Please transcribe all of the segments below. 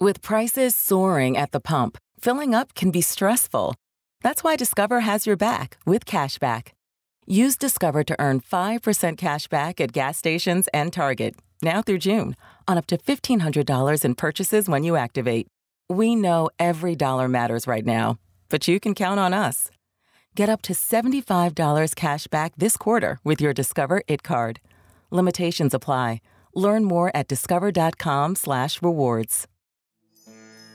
With prices soaring at the pump, filling up can be stressful. That's why Discover has your back with cash back. Use Discover to earn 5% cash back at gas stations and Target, now through June, on up to $1,500 in purchases when you activate. We know every dollar matters right now, but you can count on us. Get up to $75 cash back this quarter with your Discover It card. Limitations apply. Learn more at discover.com/rewards. slash rewards.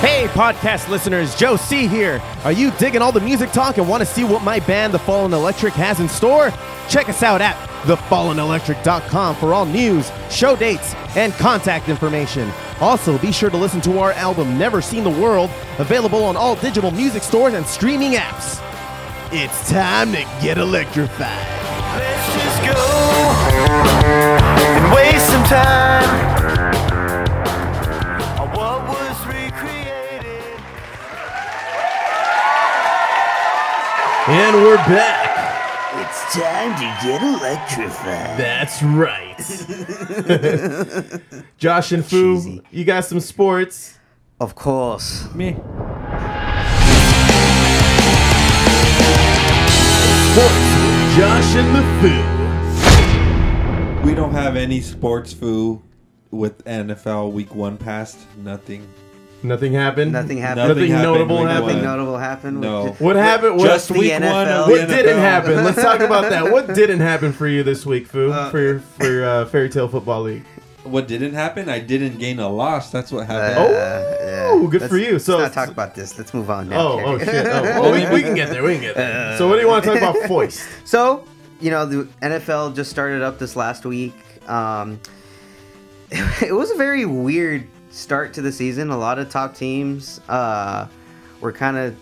Hey, podcast listeners, Joe C here. Are you digging all the music talk and want to see what my band, The Fallen Electric, has in store? Check us out at thefallenelectric.com for all news, show dates, and contact information. Also, be sure to listen to our album, Never Seen the World, available on all digital music stores and streaming apps. It's time to get electrified. Let's just go and waste some time on what was recreated. And we're back. It's time to get electrified. That's right. Josh and Foo, Cheesy. you got some sports. Of course. Me. Josh and the Foo. We don't have any sports foo with NFL Week One past. Nothing. Nothing happened. Nothing happened. Nothing notable Week happened. Nothing One. notable happened. No. Just- What happened? What, Just the Week One NFL. of the what didn't NFL. happen? Let's talk about that. What didn't happen for you this week, Foo? for your for your uh, Fairy Tale Football League. What didn't happen? I didn't gain a loss. That's what Oh, happened. good let's- for you. So, let's not talk about this. Let's move on now. oh, Uh, okay? oh shit. Oh, well, we, we can get there. We can get there. So, what do you want to talk about? Foist. So, you know, the NFL just started up this last week. Um, it was a very weird start to the season. A lot of top teams uh, were kind of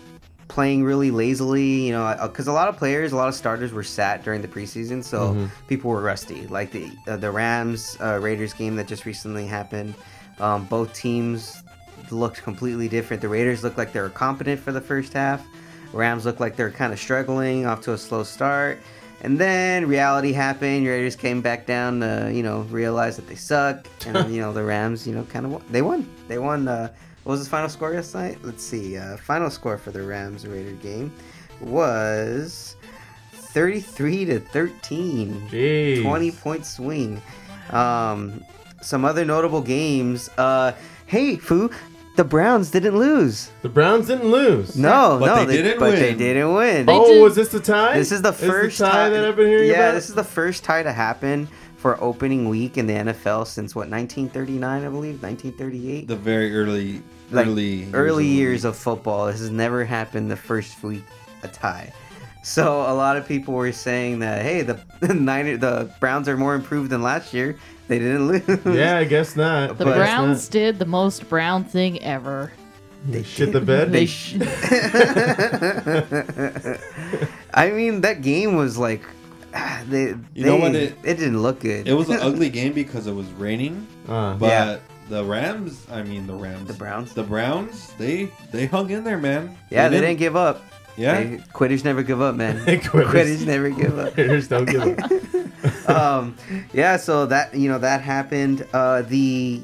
playing really lazily, you know, because a lot of players, a lot of starters were sat during the preseason, so Mm-hmm. people were rusty. Like the uh, the Rams uh, Raiders game that just recently happened, um, both teams looked completely different. The Raiders looked like they were competent for the first half. Rams looked like they're kind of struggling, off to a slow start. And then reality happened. Raiders came back down to, you know, realize that they suck. And, then, you know, the Rams, you know, kind of won. They won. They won. Uh, what was the final score last night? Let's see. Uh, final score for the Rams Raider game was 33 to 13. Jeez. 20 point swing. Um, some other notable games. Uh, hey, Foo, the Browns didn't lose. The Browns didn't lose. No, But no, they didn't but they win. didn't win. Oh, was this the tie? This is the first tie that I've been hearing Yeah, about. this is the first tie to happen for opening week in the NFL since what 1939, I believe, 1938. The very early, Like, early, early the years league. of football. This has never happened the first week a tie. So a lot of people were saying that hey, the Niner, the Browns are more improved than last year. They didn't lose. yeah, I guess not. The I guess Browns not. did the most brown thing ever. They shit the bed. They sh- I mean, that game was like, ah, they, You know they- what, it- didn't look good. It was an ugly game because it was raining, Uh, but Yeah. the Rams. I mean, the Rams. The Browns? The Browns. They they hung in there, man. yeah, they, didn't give up. Yeah. They- quitters never give up, man. Quitters. Quitters never give up. Raiders don't give up. um, yeah, so that you know that happened. Uh, the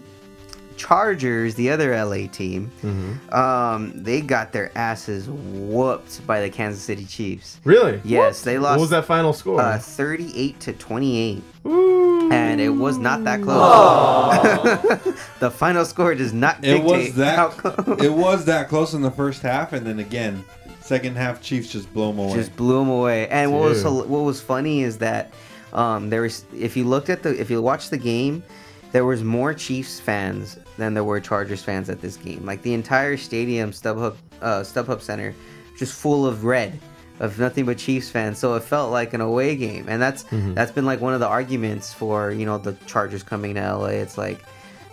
Chargers, the other LA team, Mm-hmm. um, they got their asses whooped by the Kansas City Chiefs. Really? Yes, they lost. What was that final score? Uh, 38 to 28, Ooh. and it was not that close. the final score does not It dictate was how that. close. it was that close in the first half, and then again, second half Chiefs just blow them away. just blew him away. And what was Dude. what was funny is that um, there was if you looked at the if you watched the game, there was more Chiefs fans than there were Chargers fans at this game. Like the entire stadium, StubHub uh, StubHub Center, just full of red. of nothing but Chiefs fans, so it felt like an away game, and that's Mm-hmm. that's been like one of the arguments for you know the Chargers coming to LA. It's like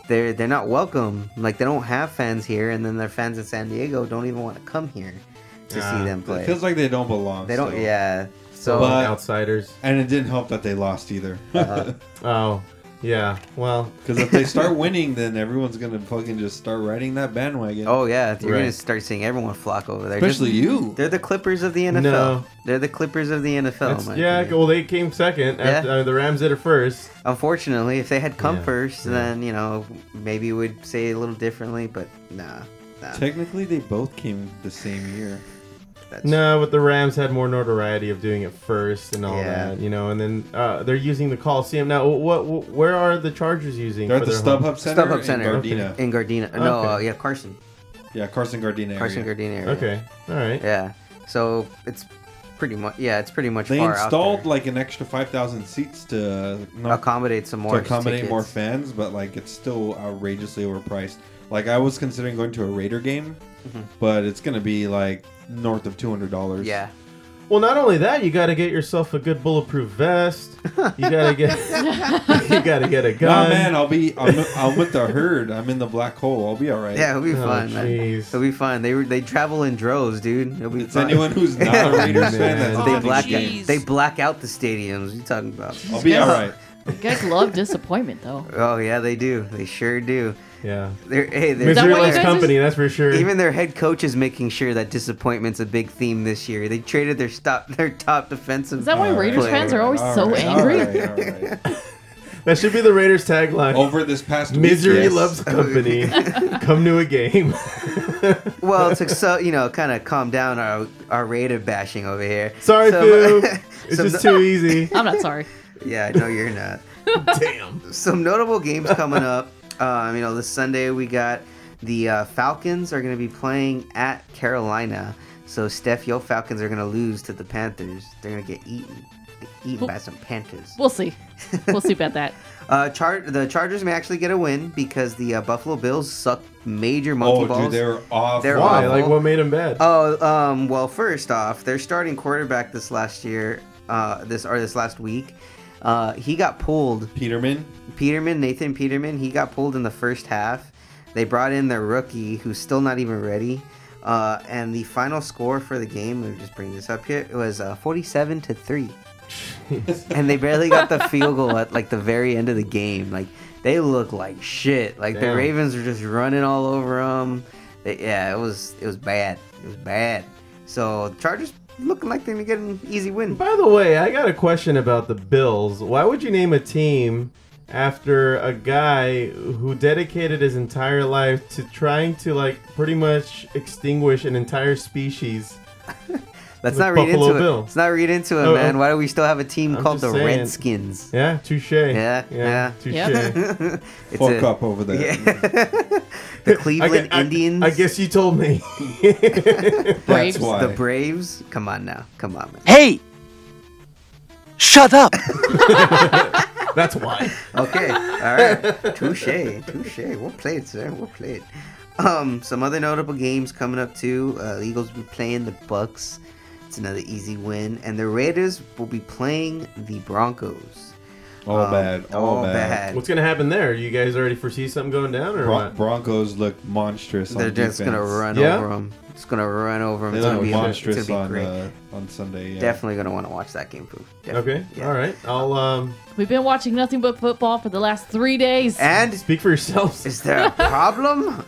they're they're not welcome, like they don't have fans here, and then their fans in San Diego don't even want to come here to see them play. It feels like they don't belong. they don't, so. yeah. So But- outsiders. And it didn't help that they lost either. Oh, yeah. Well, Because if they start winning, then everyone's gonna fucking just start riding that bandwagon. oh yeah, you're gonna Right. start seeing everyone flock over there. especially Just- you. They're the Clippers of the NFL. No. They're the Clippers of the NFL. in it's- my yeah. opinion. Well, they came second. After, Yeah. uh, the Rams did it first. Unfortunately, if they had come Yeah, first, yeah. then you know maybe we'd say a little differently. But nah, nah. Technically, they both came the same year. that's- No, but the Rams had more notoriety of doing it first and all Yeah. that, you know. And then uh, they're using the Coliseum now. What, what? Where are the Chargers using? They're at for the their home- StubHub Center. StubHub in Center. Gardena. in Gardena. No, Okay. uh, yeah, Carson, Yeah, Carson Gardena. Carson area. Gardena area. Okay. All right. Yeah. So it's pretty much yeah, it's pretty much They far out installed there. like an extra five thousand seats to uh, not, accommodate some more to accommodate tickets. more fans, but like it's still outrageously overpriced. Like I was considering going to a Raider game, Mm-hmm. but it's gonna be like north of two hundred dollars. Yeah. Well, not only that, you got to get yourself a good bulletproof vest. You got to get. you got to get a Nah, gun. man, I'll be I'm, I'm with the herd. I'm in the black hole. I'll be all right. Yeah, it'll be Oh, fun. man. jeez. It'll be fun. They were- they travel in droves, dude. It'll be It's fun. anyone who's not a Raiders fan that's they Oh, attending the black game. jeez. they black out the stadiums. What you talking about? I'll be all right. You guys love disappointment, though. Oh yeah, they do. They sure do. Yeah. They're hey, they're, that Misery why you loves guys company. That's for sure. even their head coach is making sure that disappointment's a big theme this year. They traded their stop their top defensive. Is that why All Raiders player. fans are always All so right, all angry? right, all right. that should be the Raiders tagline. Over this past week, Misery yes. loves company. Come to a game. well, it's like so you know, kind of calm down our our Raider bashing over here. Sorry, So- Boo. It's some just no- too easy. I'm not sorry. Yeah, no, you're not. Damn. Some notable games coming up. Um, you know, this Sunday we got the uh, Falcons are going to be playing at Carolina. So, Steph, your Falcons are going to lose to the Panthers. They're going to get eaten, eaten by some Panthers. We'll see. We'll see about that. Uh, Char- the Chargers may actually get a win because the uh, Buffalo Bills suck major monkey Oh, balls. dude, they're off. They're Why? awful. Like, what made him bad? Oh, um, well, first off, their starting quarterback this last year, uh, this or this last week, uh, he got pulled. Peterman. Peterman, Nathan Peterman, he got pulled in the first half. They brought in their rookie, who's still not even ready. Uh, and the final score for the game, let me just bring this up here, it was uh, 47 to 3. and they barely got the field goal at like the very end of the game. Like they look like shit. Like the Damn. Ravens were just running all over them. yeah, it was it was bad. It was bad. So Chargers looking like they're gonna get an easy win. By the way, I got a question about the Bills. Why would you name a team after a guy who dedicated his entire life to trying to like pretty much extinguish an entire species? Let's the not read Buffalo into it. Bill. Let's not read into it, Oh, man. oh. Why do we still have a team I'm called the just saying. Redskins? Yeah, touche. Yeah, yeah. touche. It's Fuck a- up over there. the I gue- Cleveland I- Indians. I guess you told me. That's Braves. why. the Braves. Come on now. Come on, man. Hey! Shut up! That's why. Okay. All right. Touche. Touche. We'll play it, sir. We'll play it. Um, some other notable games coming up too. Uh, the Eagles will be playing the Bucks. It's another easy win, and the Raiders will be playing the Broncos. all Um, bad. All, bad. What's gonna happen there? You guys already foresee something going down or Bron- what? Broncos look monstrous. They're on just gonna defense. run Yeah? over 'em. over them. It's gonna run over them. They It's gonna look be monstrous It's gonna be great. on uh, on Sunday. Yeah. Definitely gonna want to watch that game, Pooh. Definitely. Okay. Yeah. All right. I'll um, We've been watching nothing but football for the last three days. And speak for yourselves. is there a problem?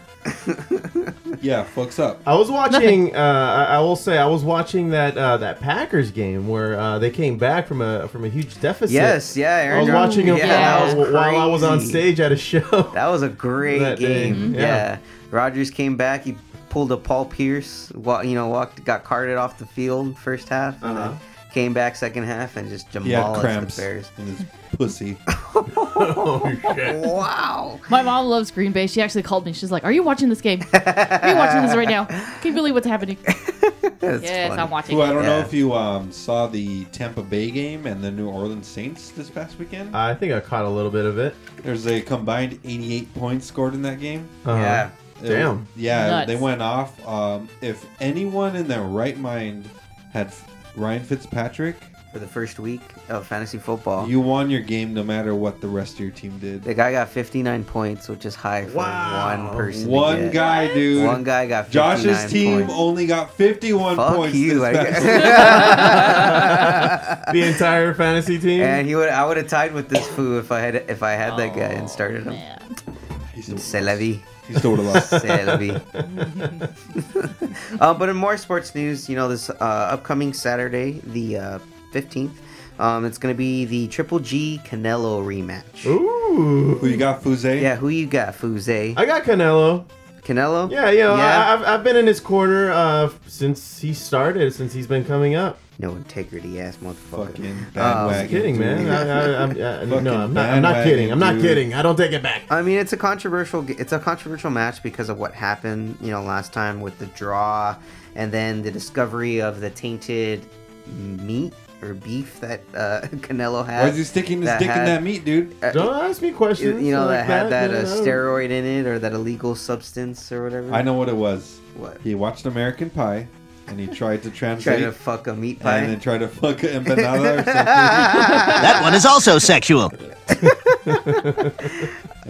Yeah, fucks up. I was watching. Uh, I, I will say, I was watching that uh, that Packers game where uh, they came back from a from a huge deficit. Yes, yeah. Aaron I was Rodgers- watching him yeah, that while, while I was on crazy. stage at a show. That was a great That day, game. mhm. Yeah. Yeah. Rodgers came back. He pulled a Paul Pierce. Wa- you know, walked, got carted off the field first half, and Uh-huh. then came back second half and just He had demolished cramps the Bears. in his pussy. oh shit! Wow. My mom loves Green Bay. She actually called me. She's like, "Are you watching this game? Are you watching this right now? Can you believe what's happening?" That's yes, funny. I'm watching. Who I don't know Yeah. if you um, saw the Tampa Bay game and the New Orleans Saints this past weekend. Uh, I think I caught a little bit of it. There's a combined 88 points scored in that game. Uh, Yeah. It- Damn. yeah, Nuts. they went off. Um, if anyone in their right mind had f- Ryan Fitzpatrick, for the first week of fantasy football. you won your game no matter what the rest of your team did. the guy got 59 points, which is high for Wow. one person. to One get. guy, dude. One guy got 59 Josh's team points. only got 51 Fuck points. you, this I past guess. week. the entire fantasy team. and he would. I would have tied with this foo if I had if I had that guy and started him. Man. He still- C'est la vie. he still would have lost. C'est la vie. um, but in more sports news, you know, this uh, upcoming Saturday, the uh, 15th, um, it's going to be the Triple G Canelo rematch. Ooh, Who you got, Fuzé? Yeah, who you got, Fuzé? I got Canelo. Canelo? Yeah, you know, Yeah. I, I've, I've been in his corner uh, since he started, since he's been coming up. no integrity ass motherfucker. Fucking I'm bandwagon. kidding, dude. man. I, I, I'm, I, Fucking no, I'm not. I'm not bandwagon, kidding. I'm not dude. kidding. I don't take it back. I mean, it's a controversial. g- It's a controversial match because of what happened, you know, last time with the draw, and then the discovery of the tainted meat or beef that uh, Canelo had. Why is he sticking his that dick in had- uh, that meat, dude? Don't ask me You, questions. you know, like that, had that man, uh, I don't- steroid in it or that illegal substance or whatever. I know what it was. What? He watched American Pie, and he tried to Trying translate, to fuck a meat pie. and then tried to fuck an empanada or something, That one is also sexual. and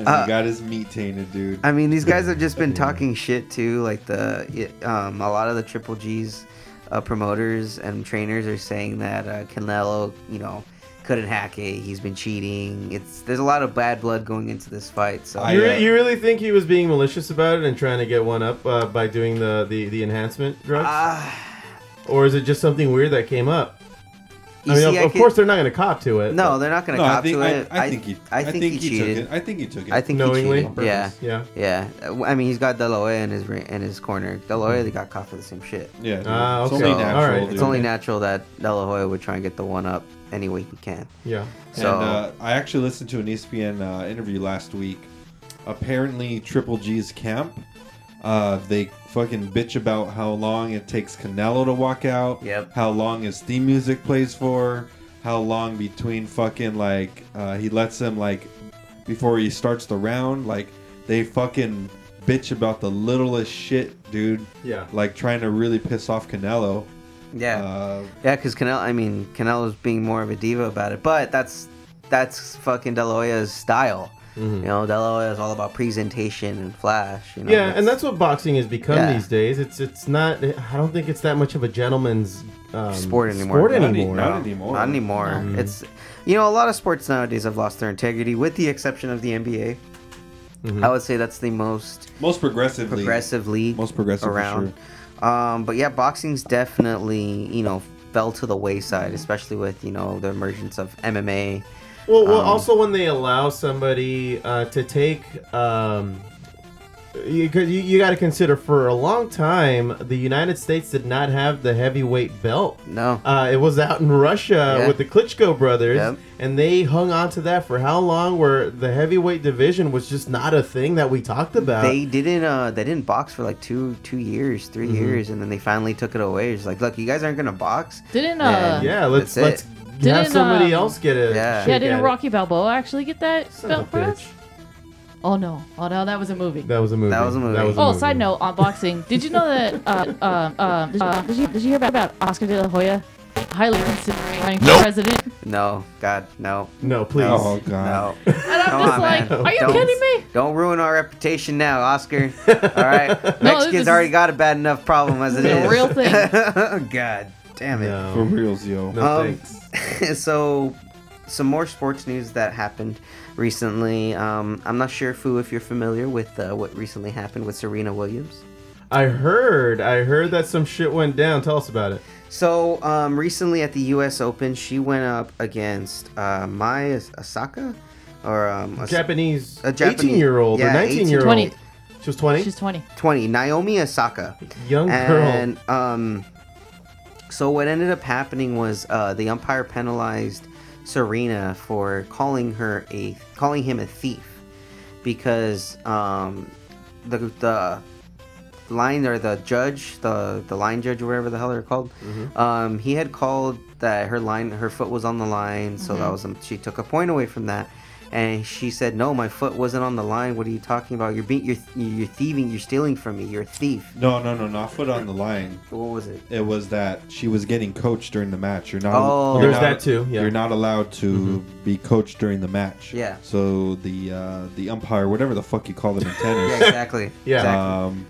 Uh, he got his meat tainted, dude. I mean, these guys have just been talking shit too. Like the um, a lot of the Triple G's uh, promoters and trainers are saying that uh, Canelo, you know, couldn't hack it. He's been cheating. It's there's a lot of bad blood going into this fight. So I- uh, You, Yeah. re- you really think he was being malicious about it and trying to get one up uh, by doing the, the, the enhancement drugs? Ah. or is it just something weird that came up? You I mean, see, of, I of could- course they're not going to cop to it. no, they're not gonna no, I cop think to I, it. I, think he, I think, he cheated. took it. I think he took it. I think Knowingly? he cheated. Yeah, purpose. Yeah. yeah. Uh, I mean, he's got Deloy in his ri- in his corner. Deloy, they got caught for the same shit. yeah, dude. Ah, it's okay. only So, natural. alright. dude. It's only natural that De La Hoya would try and get the one up any way he can. Yeah. So and uh, I actually listened to an ESPN uh, interview last week. Apparently, Triple G's camp, uh, they fucking bitch about how long it takes Canelo to walk out. Yep. How long his theme music plays for? How long between fucking like uh, he lets him like before he starts the round? Like they fucking bitch about the littlest shit, dude. Yeah. Like trying to really piss off Canelo. yeah. Uh, Yeah, because Canelo. I mean, Canelo's being more of a diva about it, but that's that's fucking Deloya's style. Mm-hmm. You know, Deloya is all about presentation and flash. You know, Yeah, and that's what boxing has become Yeah. these days. It's it's not. I don't think it's that much of a gentleman's um, sport anymore. Sport Not any- anymore. not anymore. Mm-hmm. Not anymore. It's you know, a lot of sports nowadays have lost their integrity, with the exception of the NBA. Mm-hmm. I would say that's the most most progressively. progressive league, Most progressive for around. Um, but yeah, boxing's definitely you know fell to the wayside, especially with you know the emergence of MMA. Well, well um, also when they allow somebody uh, to take, um, you, 'cause you, you got to consider for a long time the United States did not have the heavyweight belt. No, Uh, it was out in Russia Yeah. with the Klitschko brothers, Yep. and they hung on to that for how long? Where the heavyweight division was just not a thing that we talked about. they didn't uh they didn't box for like two two years three Mm-hmm. years and then they finally took it away it's like look you guys aren't gonna box Didn't uh Man, yeah, yeah, let's That's let's it. have Didn't, somebody um, else get a Yeah. shake at didn't it. Rocky Balboa actually get that Son of belt a for bitch. us? Oh no. Oh no, that was a movie. That was a movie. That was a movie. Oh, movie. side note on boxing. Did you know that? Uh, um, um, did, uh, did you, did you hear about, about Oscar De La Hoya? Highly considering running for president. And no god no No, please. Oh god. no I'm Come just on, like, Oh, man. are you Don't- kidding me? don't ruin our reputation now oscar all right mexicans is- already got a bad enough problem as it It's is a real thing. god damn it No, For reals, yo. no Um, thanks. so some more sports news that happened recently um i'm not sure foo if you're familiar with uh, what recently happened with serena williams I heard, I heard that some shit went down. Tell us about it. So um, recently at the U.S. Open, she went up against uh, Mai As- Asaka, or um, As- Japanese, A Japanese- eighteen-year-old yeah, or 18 nineteen-year-old. 20. She was twenty. She's 20. twenty Naomi Osaka, Young and um, so what ended up happening was uh, the umpire penalized Serena for calling her a calling him a thief because um, the the line or the judge, the the line judge, or whatever the hell they're called, um, he had called that her line, her foot was on the line, so that was she took a point away from that, And she said, "No, my foot wasn't on the line. What are you talking about? You're being, you're, you're thieving. You're stealing from me. You're a thief." No, no, no, not foot on the line. What was it? It was that she was getting coached during the match. You're not. Oh. Mm-hmm. you're There's not- that too, yeah. You're not allowed to be coached during the match. Yeah. So the uh, the umpire, whatever the fuck you call them in Yeah, tennis, exactly. Yeah. Exactly. um,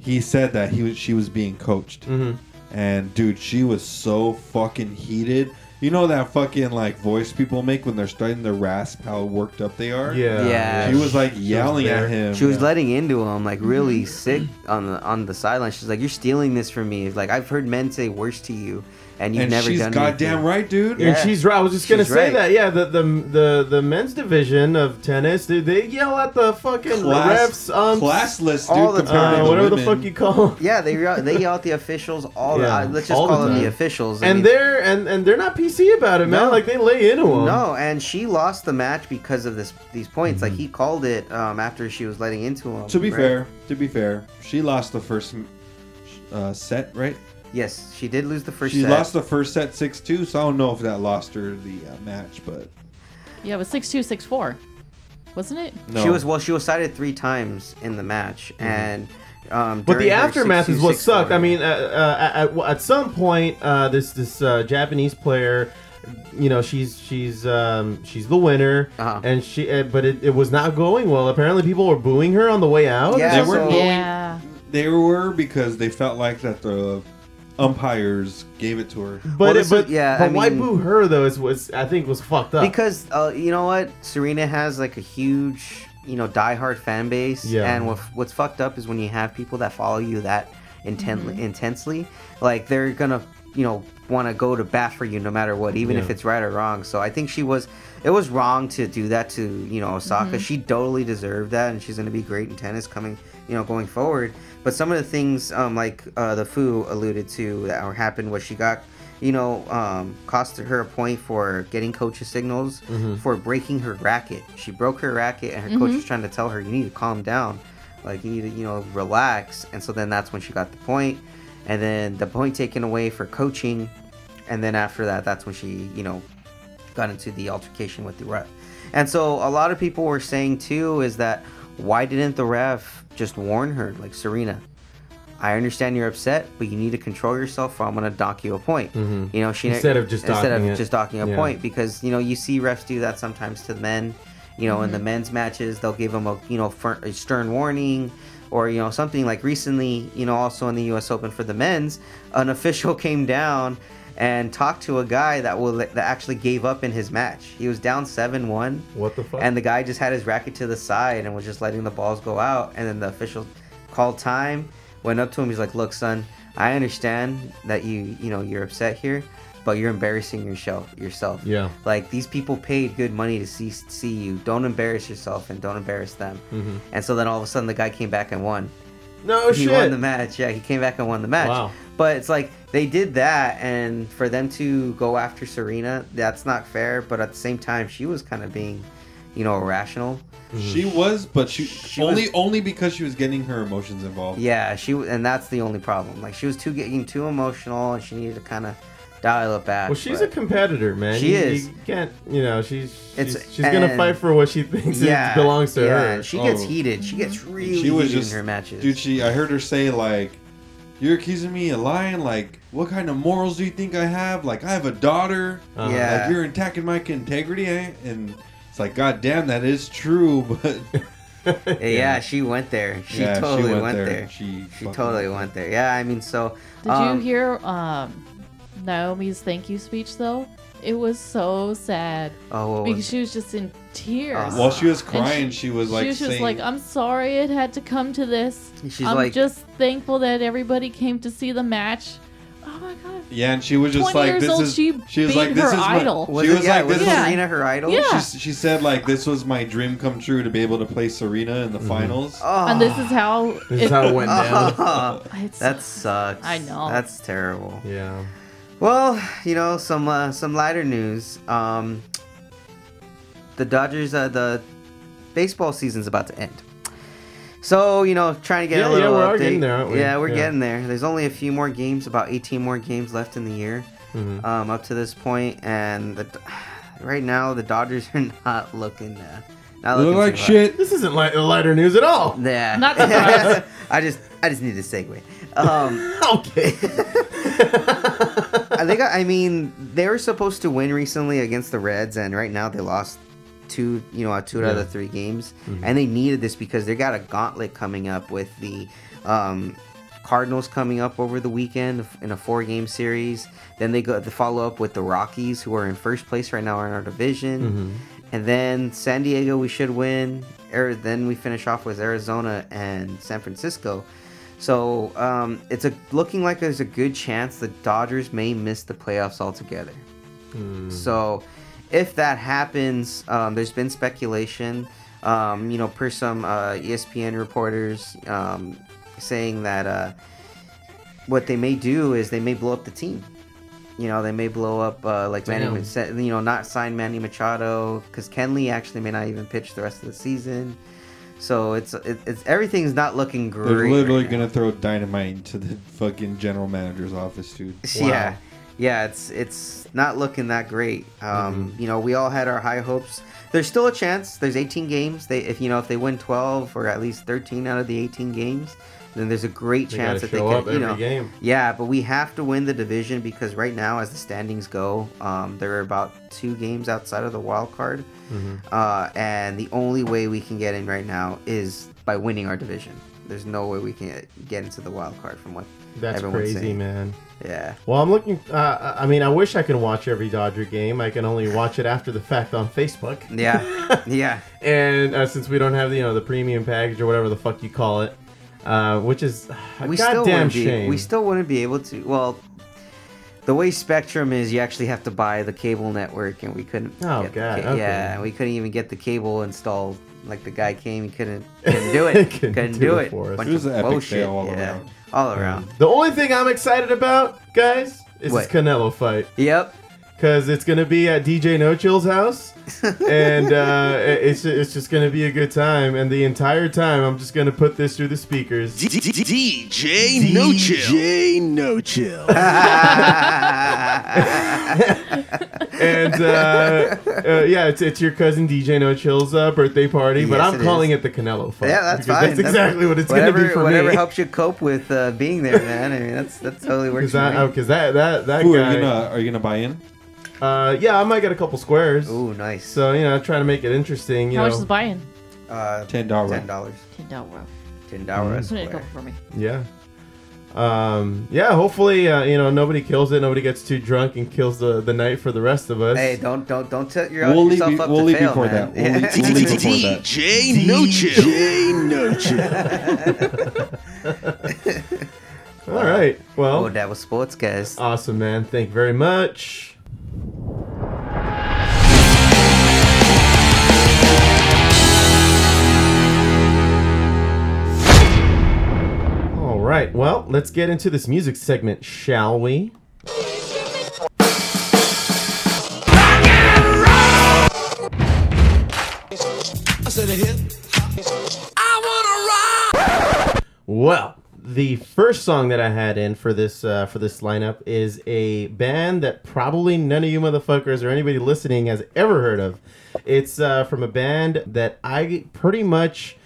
he said that he was she was being coached, Mm-hmm. and dude, she was so fucking heated. You know that fucking like voice people make when they're starting to rasp how worked up they are. Yeah. Yeah. She was like yelling there. at him. She was letting into him like really sick on the on the sideline. She's like, "You're stealing this from me." Like I've heard men say worse to you, and you've and never she's done. goddamn anything." right, dude. Yeah. And she's right. I was just gonna She's say right. that. Yeah, the, the the the men's division of tennis, dude, they yell at the fucking Class, refs, um, classless, dude. all the compared to time. uh, the whatever the women. fuck you call. 'em. Yeah, they re- they yell at the officials all the Yeah, the let's just all the call them the time. officials. I And mean, they're and and they're not PC about it, man. No. Like they lay into them. no, and she lost the match because of this these points. Mm-hmm. Like he called it um, after she was letting into him. To be right? fair, to be fair, she lost the first uh, set, right? yes, she did lose the first. she set. lost the first set six two, so I don't know if that lost her the uh, match, but Yeah, it was six two six four, wasn't it? no. She was well. She was cited three times in the match, and um, Mm-hmm. But the during her aftermath is what 6-2-6 sucked. I order- mean, uh, uh, at, at- at some point, uh, this this uh, Japanese player, you know, she's she's um, she's the winner, Uh-huh. and she. Uh, but it, it was not going well. Apparently, people were booing her on the way out. Yeah, They were so- going- Yeah. They were because they felt like that the umpires gave it to her. But Well, it, this but is- yeah, But I why mean- boo her though? Is was I think was fucked up. because uh, you know what serena has like a huge you know diehard fan base Yeah. and what, what's fucked up is when you have people that follow you that intently intensely like they're gonna you know want to go to bat for you no matter what even if Yeah. it's right or wrong so i think she was it was wrong to do that to you know osaka she totally deserved that and she's gonna be great in tennis coming you know going forward but some of the things um like uh, the foo alluded to that or happened was she got you know, um, costed her a point for getting coach's signals for breaking her racket. She broke her racket, and her coach was trying to tell her, "You need to calm down, like you need to, you know, relax." And so then that's when she got the point, and then the point taken away for coaching, and then after that, that's when she, you know, got into the altercation with the ref. And so a lot of people were saying too is that why didn't the ref just warn her, like Serena? I understand you're upset, but you need to control yourself, or I'm gonna dock you a point. You know, she Mm-hmm. Instead of just instead of docking it. just docking a Yeah. point because you know you see refs do that sometimes to men. You know, Mm-hmm. in the men's matches, they'll give them a you know fir- a stern warning, or you know something like recently, you know, also in the U.S. Open for the men's, an official came down and talked to a guy that will that actually gave up in his match. He was down seven one. What the fuck? And the guy just had his racket to the side and was just letting the balls go out. And then the official called time, went up to him. He's like, "Look, son, I understand that you, you know, you're upset here, but you're embarrassing yourself. Yourself. Yeah. Like these people paid good money to see see you. Don't embarrass yourself and don't embarrass them. Mm-hmm. And so then all of a sudden the guy came back and won no he Oh, shit. won the match. Yeah, he came back and won the match. Wow. But it's like they did that, and for them to go after Serena, that's not fair. But at the same time, she was kind of being, you know, irrational. She was, but she, She only was- only because she was getting her emotions involved. Yeah, she w- and that's the only problem. Like she was too getting too emotional, and she needed to kind of dial it back. Well, she's but- a competitor, man. She you, is. You can't, you know, she's she's, It's- she's gonna and- fight for what she thinks yeah it belongs to yeah, her. She gets Oh. heated. She gets really she was heated just in her matches. dude. She I heard her say like, "You're accusing me of lying. Like, what kind of morals do you think I have? Like, I have a daughter. Uh-huh. Yeah. Like, you're attacking my integrity." eh?" And it's like, God damn, that is true. But yeah, she went there. She Yeah, she totally went went, there. there. She She, fucking totally went went there. Yeah, I mean, so Did um, you hear um, Naomi's thank you speech though? It was so sad Oh, what was because she was just in tears. Uh, while she was And crying, she, was like she was just saying, like, "I'm sorry it had to come to this. She's I'm like- just thankful that everybody came to see the match." Oh my god. "Yeah," and she was just 20 like, years "This old, is." she she was beat like, "This her is my-" idol. Was she it, was yeah, like, "This was is Yeah. Serena her idol? Yeah. She, she said like this was my dream come true to be able to play Serena in the finals. Oh, And this is how This is how it went Uh-huh. down. it's- that sucks. I know. That's terrible. Yeah. Well, you know, some uh, some lighter news. Um, the Dodgers, uh, the baseball season's about to end. So you know, trying to get Yeah, a yeah, little we are update. getting there, aren't we? Yeah, we're Yeah. getting there. There's only a few more games, about 18 more games left in the year, um, up to this point, and the, right now the Dodgers are not looking. Uh, not They looking look like too hot. shit. This isn't light, lighter news at all. Yeah. Not surprised. I just I just need a segue. Um, Okay. I think I mean they were supposed to win recently against the Reds, and right now they lost two. You know, two out of the three games, and they needed this because they got a gauntlet coming up with the. Um, Cardinals coming up over the weekend in a four-game series. Then they go the follow up with the Rockies, who are in first place right now in our division. And then San Diego, we should win. Ari- then we finish off with Arizona and San Francisco. So um, it's a, looking like there's a good chance the Dodgers may miss the playoffs altogether. So if that happens, um, there's been speculation, um, you know, per some uh, ESPN reporters um, saying that uh, what they may do is they may blow up the team. You know, they may blow up uh, like Manny, Damn. Mach- you know, not sign Manny Machado because Kenley actually may not even pitch the rest of the season. So it's it, it's everything's not looking great. They're right literally now. gonna throw dynamite into the fucking general manager's office, dude. Yeah, yeah, it's it's not looking that great. Um, Mm-hmm. You know, we all had our high hopes. There's still a chance. There's 18 games. They if you know if they win 12 or at least 13 out of the 18 games, then there's a great They chance gotta that they show can. up you every know, game. yeah, but we have to win the division because right now, as the standings go, um, there are about two games outside of the wild card, Mm-hmm. uh, and the only way we can get in right now is by winning our division. There's no way we can get into the wild card from what That's everyone's crazy, saying. man. Yeah. Well, I'm looking. Uh, I mean, I wish I could watch every Dodger game. I can only watch it after the fact on Facebook. Yeah, yeah, And uh, since we don't have the you know the premium package or whatever the fuck you call it, uh, which is a we still goddamn wouldn't be, shame. We still wouldn't be able to. Well, the way Spectrum is, you actually have to buy the cable network, and we couldn't. Oh, get the God, ca- okay. Yeah, and we couldn't even get the cable installed. Like the guy came, he couldn't, couldn't do it. Couldn't couldn't, do do it it. for us. Bunch It was of an epic bullshit, fail all yeah. around. All around. the only thing I'm excited about, guys, is What? this Canelo fight. Yep. because it's gonna be at DJ No Chill's house, and uh, it- it's it's just gonna be a good time. And the entire time, I'm just gonna put this through the speakers. DJ No Chill. DJ No Chill. And uh, uh, yeah, it's, it's your cousin DJ No Chill's uh, birthday party, but Yes, I'm it calling is. it the Canelo fight. Yeah, that's because fine. That's exactly what it's whatever, gonna be for whatever me. helps you cope with uh, being there, man. I mean, that's that's totally Because works. For that, oh, me. 'cause that that that Ooh, are guy. you gonna are you gonna buy in? Uh, yeah, I might get a couple squares. Ooh, nice. So you know, trying to make it interesting. You How know, much is buying? uh, Ten dollars. ten dollars. Ten dollars. Ten Mm-hmm. dollars. Just need a couple for me. Yeah. Um, yeah, hopefully, uh, you know, nobody kills it, nobody gets too drunk and kills the, the night for the rest of us. Hey, don't don't don't tilt your We'll leave, yourself be- up we'll to leave fail, before man. that. We'll leave, we'll leave before that. DJ No Chill. DJ No Chill. All right. Well, Oh, that was sports, guys. awesome, man. Thank you very much. All right. Well, let's get into this music segment, shall we? Well, the first song that I had in for this uh, for this lineup is a band that probably none of you motherfuckers or anybody listening has ever heard of. It's uh, from a band that I pretty much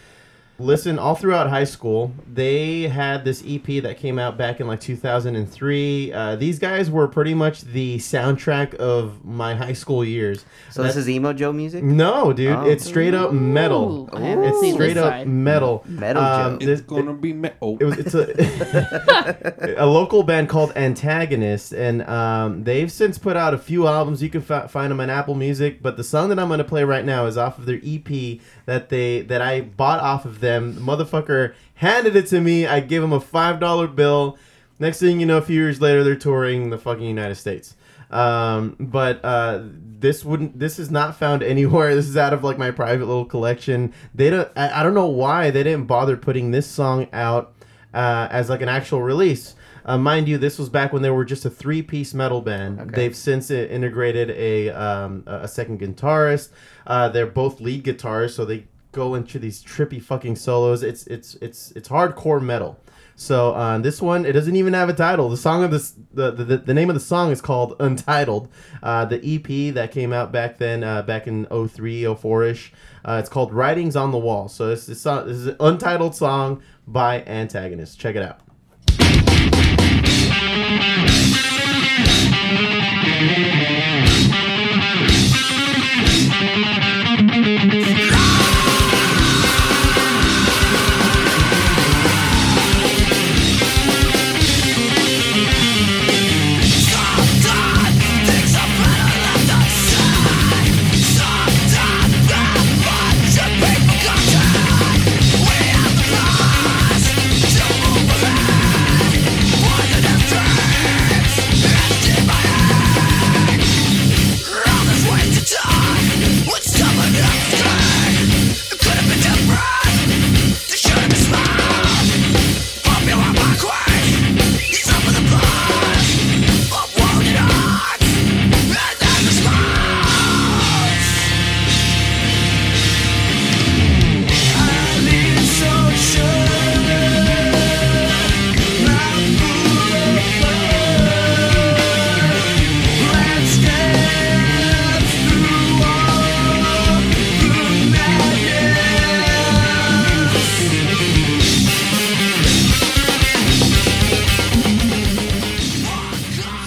listen all throughout high school. They had this EP that came out back in like 2003. Uh, these guys were pretty much the soundtrack of my high school years. So this is emo Joe music. no, dude, Oh. it's straight up metal. Ooh, I haven't It's seen this straight up side. metal. Um, Metal Joe. It's this- gonna be metal. it was it's a a local band called Antagonist, and um, they've since put out a few albums. You can fi- find them on Apple Music, but the song that I'm going to play right now is off of their EP that they that I bought off of them. The motherfucker handed it to me. I gave him a five dollar bill. Next thing you know, a few years later, they're touring the fucking United States. Um, but uh, this wouldn't. This is not found anywhere. This is out of like my private little collection. They don't. I, I don't know why they didn't bother putting this song out uh, as like an actual release. Uh, mind you, this was back when they were just a three-piece metal band. They've since i- integrated a um, a a second guitarist. Uh, they're both lead guitarists, so they go into these trippy fucking solos. It's it's it's it's hardcore metal. So uh, this one, it doesn't even have a title. The song of this, the the, the name of the song is called Untitled. Uh, the EP that came out back then, uh, back in 03, 04 ish. Uh, it's called Writings on the Wall. So this this, song, this is an untitled song by Antagonist. Check it out.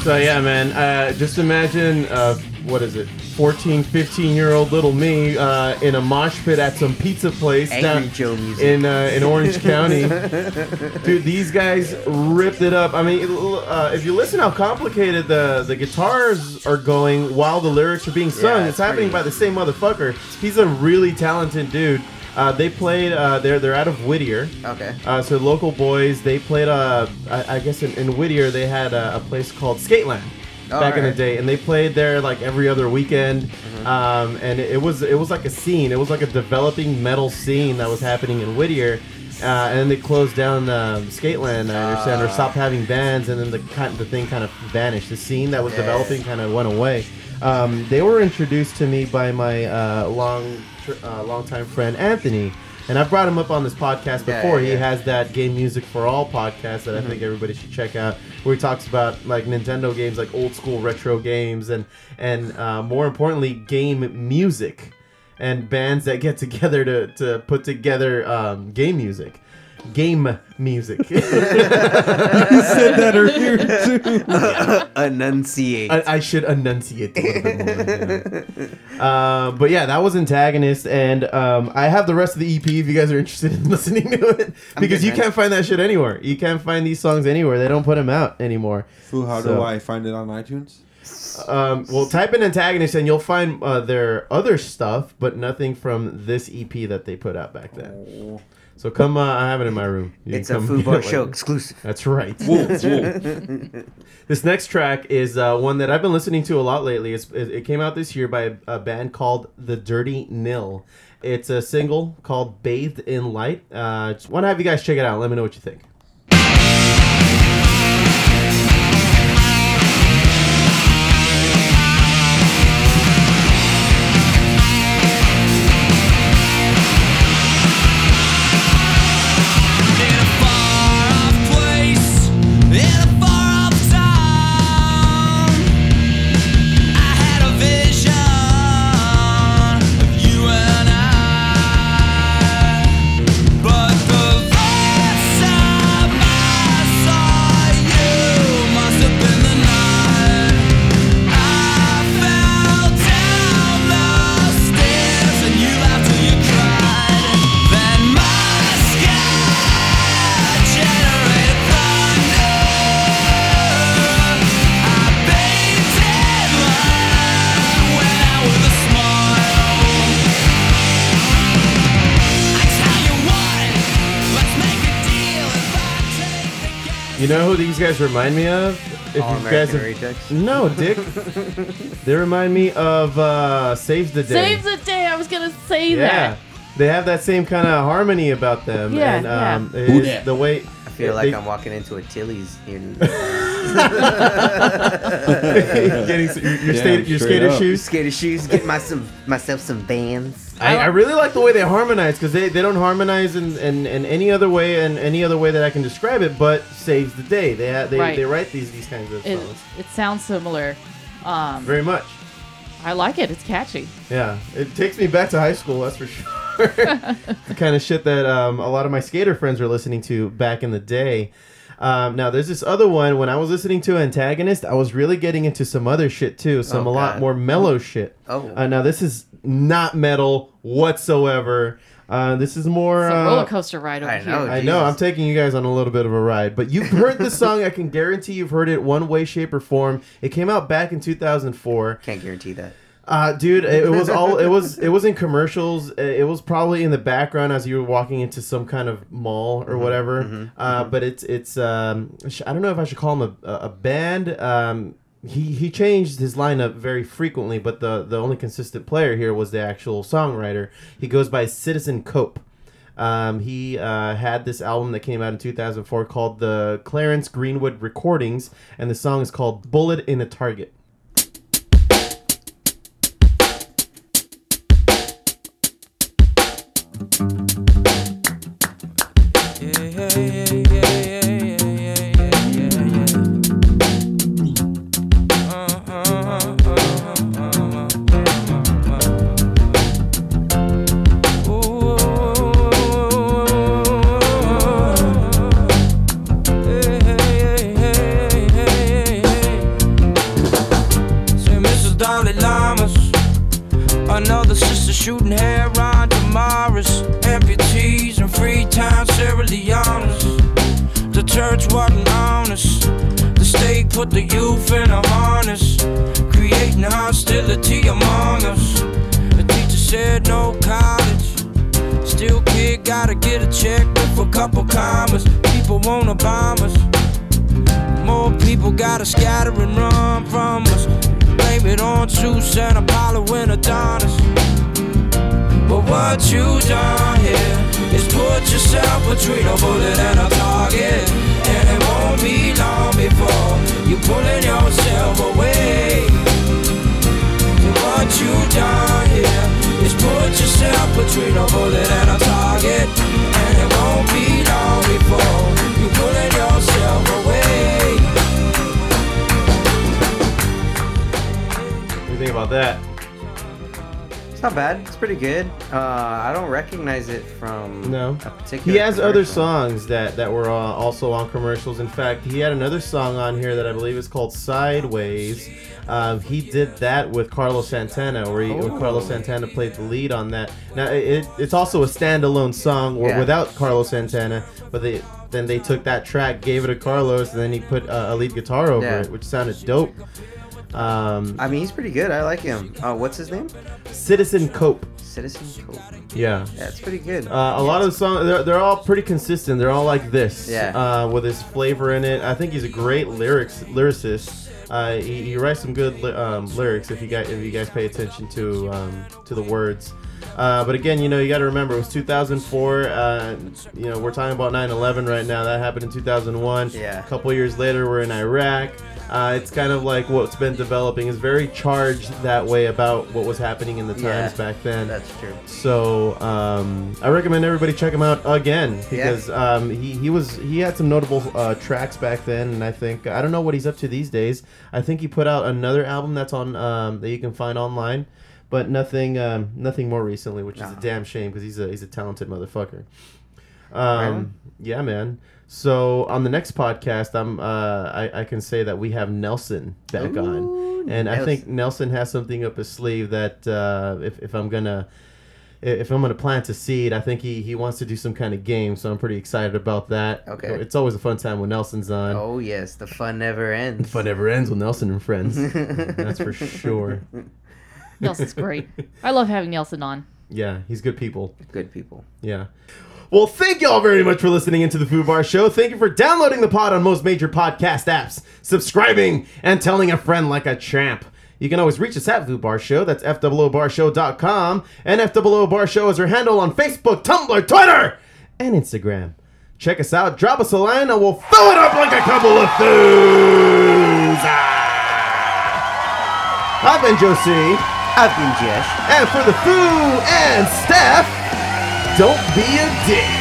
So yeah, man. Uh, just imagine, uh, what is it, 14, 15 year old little me uh, in a mosh pit at some pizza place Angry down Joe music. in uh, in Orange County. Dude, these guys ripped it up. I mean, it- uh, if you listen how complicated the the guitars are going while the lyrics are being sung, Yeah, it's it's happening pretty- by the same motherfucker. He's a really talented dude. Uh, they played. Uh, they're they're out of Whittier. Okay. Uh, so local boys, they played. Uh, I, I guess in, in Whittier they had a, a place called Skateland Oh, back in the alright. day, and they played there like every other weekend. Um, and it, it was it was like a scene. It was like a developing metal scene that was happening in Whittier. Uh, and then they closed down um, Skateland, I understand, or stopped having bands, and then the kind the thing kind of vanished. The scene that was Yeah. developing kind of went away. Um, they were introduced to me by my uh, long, tr- uh, longtime friend Anthony, and I brought him up on this podcast Yeah, before. yeah, he yeah. Mm-hmm. has that Game Music for All podcast that I think everybody should check out, where he talks about like Nintendo games, like old school retro games, and and uh, more importantly, game music, and bands that get together to to put together um, game music. Game music. said that earlier too. Enunciate. I, I should enunciate a little bit more. yeah. Uh, but yeah, that was antagonist, and um, I have the rest of the EP if you guys are interested in listening to it because good, you man. can't find that shit anywhere. You can't find these songs anywhere. They don't put them out anymore. Fu, how do So- I find it on iTunes? Um, well, type in antagonist and you'll find uh, their other stuff, but nothing from this EP that they put out back then. So come, uh, I have it in my room. You Oh. it's a can come Fubar get it show later. exclusive. That's right. Whoa. This next track is uh, one that I've been listening to a lot lately. It's, it it came out this year by a, a band called The Dirty Nil. It's a single called Bathed in Light. Uh, just want to have you guys check it out. Let me know what you think. You know who these guys remind me of? If All you guys American have- rejects. no, Dick. they remind me of uh, Saves the Day. Save the day. I was gonna say yeah. that. They have that same kind of harmony about them. Yeah, and, um, yeah. it- The way. I feel like they- I'm walking into a Tilly's in getting your, your, Yeah, state, your straight skater up. shoes. skater shoes, get myself myself some Vans. I, I really like the way they harmonize because they, they don't harmonize in, in, in any other way and any other way that I can describe it, but saves the day. They ha- they, Right. they write these these kinds of It, songs it sounds similar. Um, very much. I like it. It's catchy. Yeah, it takes me back to high school. That's for sure. the kind of shit that um, a lot of my skater friends were listening to back in the day. Um, now there's this other one. When I was listening to Antagonist, I was really getting into some other shit too, some Oh, a lot God. more mellow shit. Oh. uh, now this is not metal whatsoever. Uh, this is more It's a uh, roller coaster ride over I here. know. I know. Jesus. I'm taking you guys on a little bit of a ride, but you've heard this song. I can guarantee you've heard it one way, shape, or form. It came out back in 2004. Can't guarantee that. Uh, dude, it it was all. It was. It was in commercials. Uh, It it was probably in the background as you were walking into some kind of mall or whatever. uh, But it's it's. Um, sh- I don't know if I should call him a, a band. Um, he he changed his lineup very frequently, but the the only consistent player here was the actual songwriter. He goes by Citizen Cope. Um, he uh, had this album that came out in 2004 called the Clarence Greenwood Recordings, and the song is called "Bullet in a Target." Another sister shooting heroin tomorrow's amputees and free time Sierra Leone's. The church wasn't honest. The state put the youth in a harness, creating hostility among us. The teacher said no college. Still, kid, gotta get a check with a couple commas. People wanna bomb us. More people gotta scatter and run from us. Blame it on Zeus and Apollo and Adonis. But what you done here is put yourself between a bullet and a target. And it won't be long before you pulling yourself away. And what you done here is put yourself between a bullet and a target. And it won't be long before you pulling yourself away. What do you think about that? It's not bad. It's pretty good. Uh, I don't recognize it from No. a particular. He has other commercial. songs that that were uh, also on commercials. In fact, he had another song on here that I believe is called "Sideways." Um, he did that with Carlos Santana, where, he, where Carlos Oh. Santana played the lead on that. Now it, it- it's also a standalone song or Yeah. without Carlos Santana, but they then they took that track, gave it to Carlos, and then he put uh, a lead guitar over Yeah. it, which sounded dope. Um, I mean, he's pretty good. I like him. Uh, what's his name? Citizen Cope. Citizen Cope. Yeah. Yeah, it's pretty good. Uh, a lot of the songs, they're, they're all pretty consistent. They're all like this, Yeah. uh, with his flavor in it. I think he's a great lyrics lyricist. Uh, he, he writes some good ly- um, lyrics if you guys if you guys pay attention to um, to the words. Uh, but again, you know, you got to remember it was 2004. Uh, you know, we're talking about 9/11 right now. That happened in 2001. Yeah. A couple years later, we're in Iraq. Uh, it's kind of like what's been developing is very charged that way about what was happening in the times Yeah. back then. That's true. So um, I recommend everybody check him out again because um, he he was he had some notable uh, tracks back then, and I think I don't know what he's up to these days. I think he put out another album that's on um, that you can find online, but nothing um, nothing more recently, which is a damn shame because he's a he's a talented motherfucker. Um, yeah, man. So on the next podcast, I'm uh, I, I can say that we have Nelson back on, and I think Nelson has something up his sleeve that uh, if if I'm gonna if I'm gonna plant a seed, I think he he wants to do some kind of game. So I'm pretty excited about that. Okay. it's always a fun time when Nelson's on. Oh yes, the fun never ends. Fun never ends with Nelson and friends. That's for sure. Nelson's great. I love having Nelson on. Yeah, he's good people. Good people. Yeah. Well, thank y'all very much for listening into the Food Bar Show. Thank you for downloading the pod on most major podcast apps, subscribing, and telling a friend like a champ. You can always reach us at Food Bar Show. That's FOOBarshow.com. And FOO Bar Show is our handle on Facebook, Tumblr, Twitter, and Instagram. Check us out, drop us a line, and we'll fill it up like a couple of fools. Ah. I've been Josie. I've been Josh. And for the foo and staff, don't be a dick.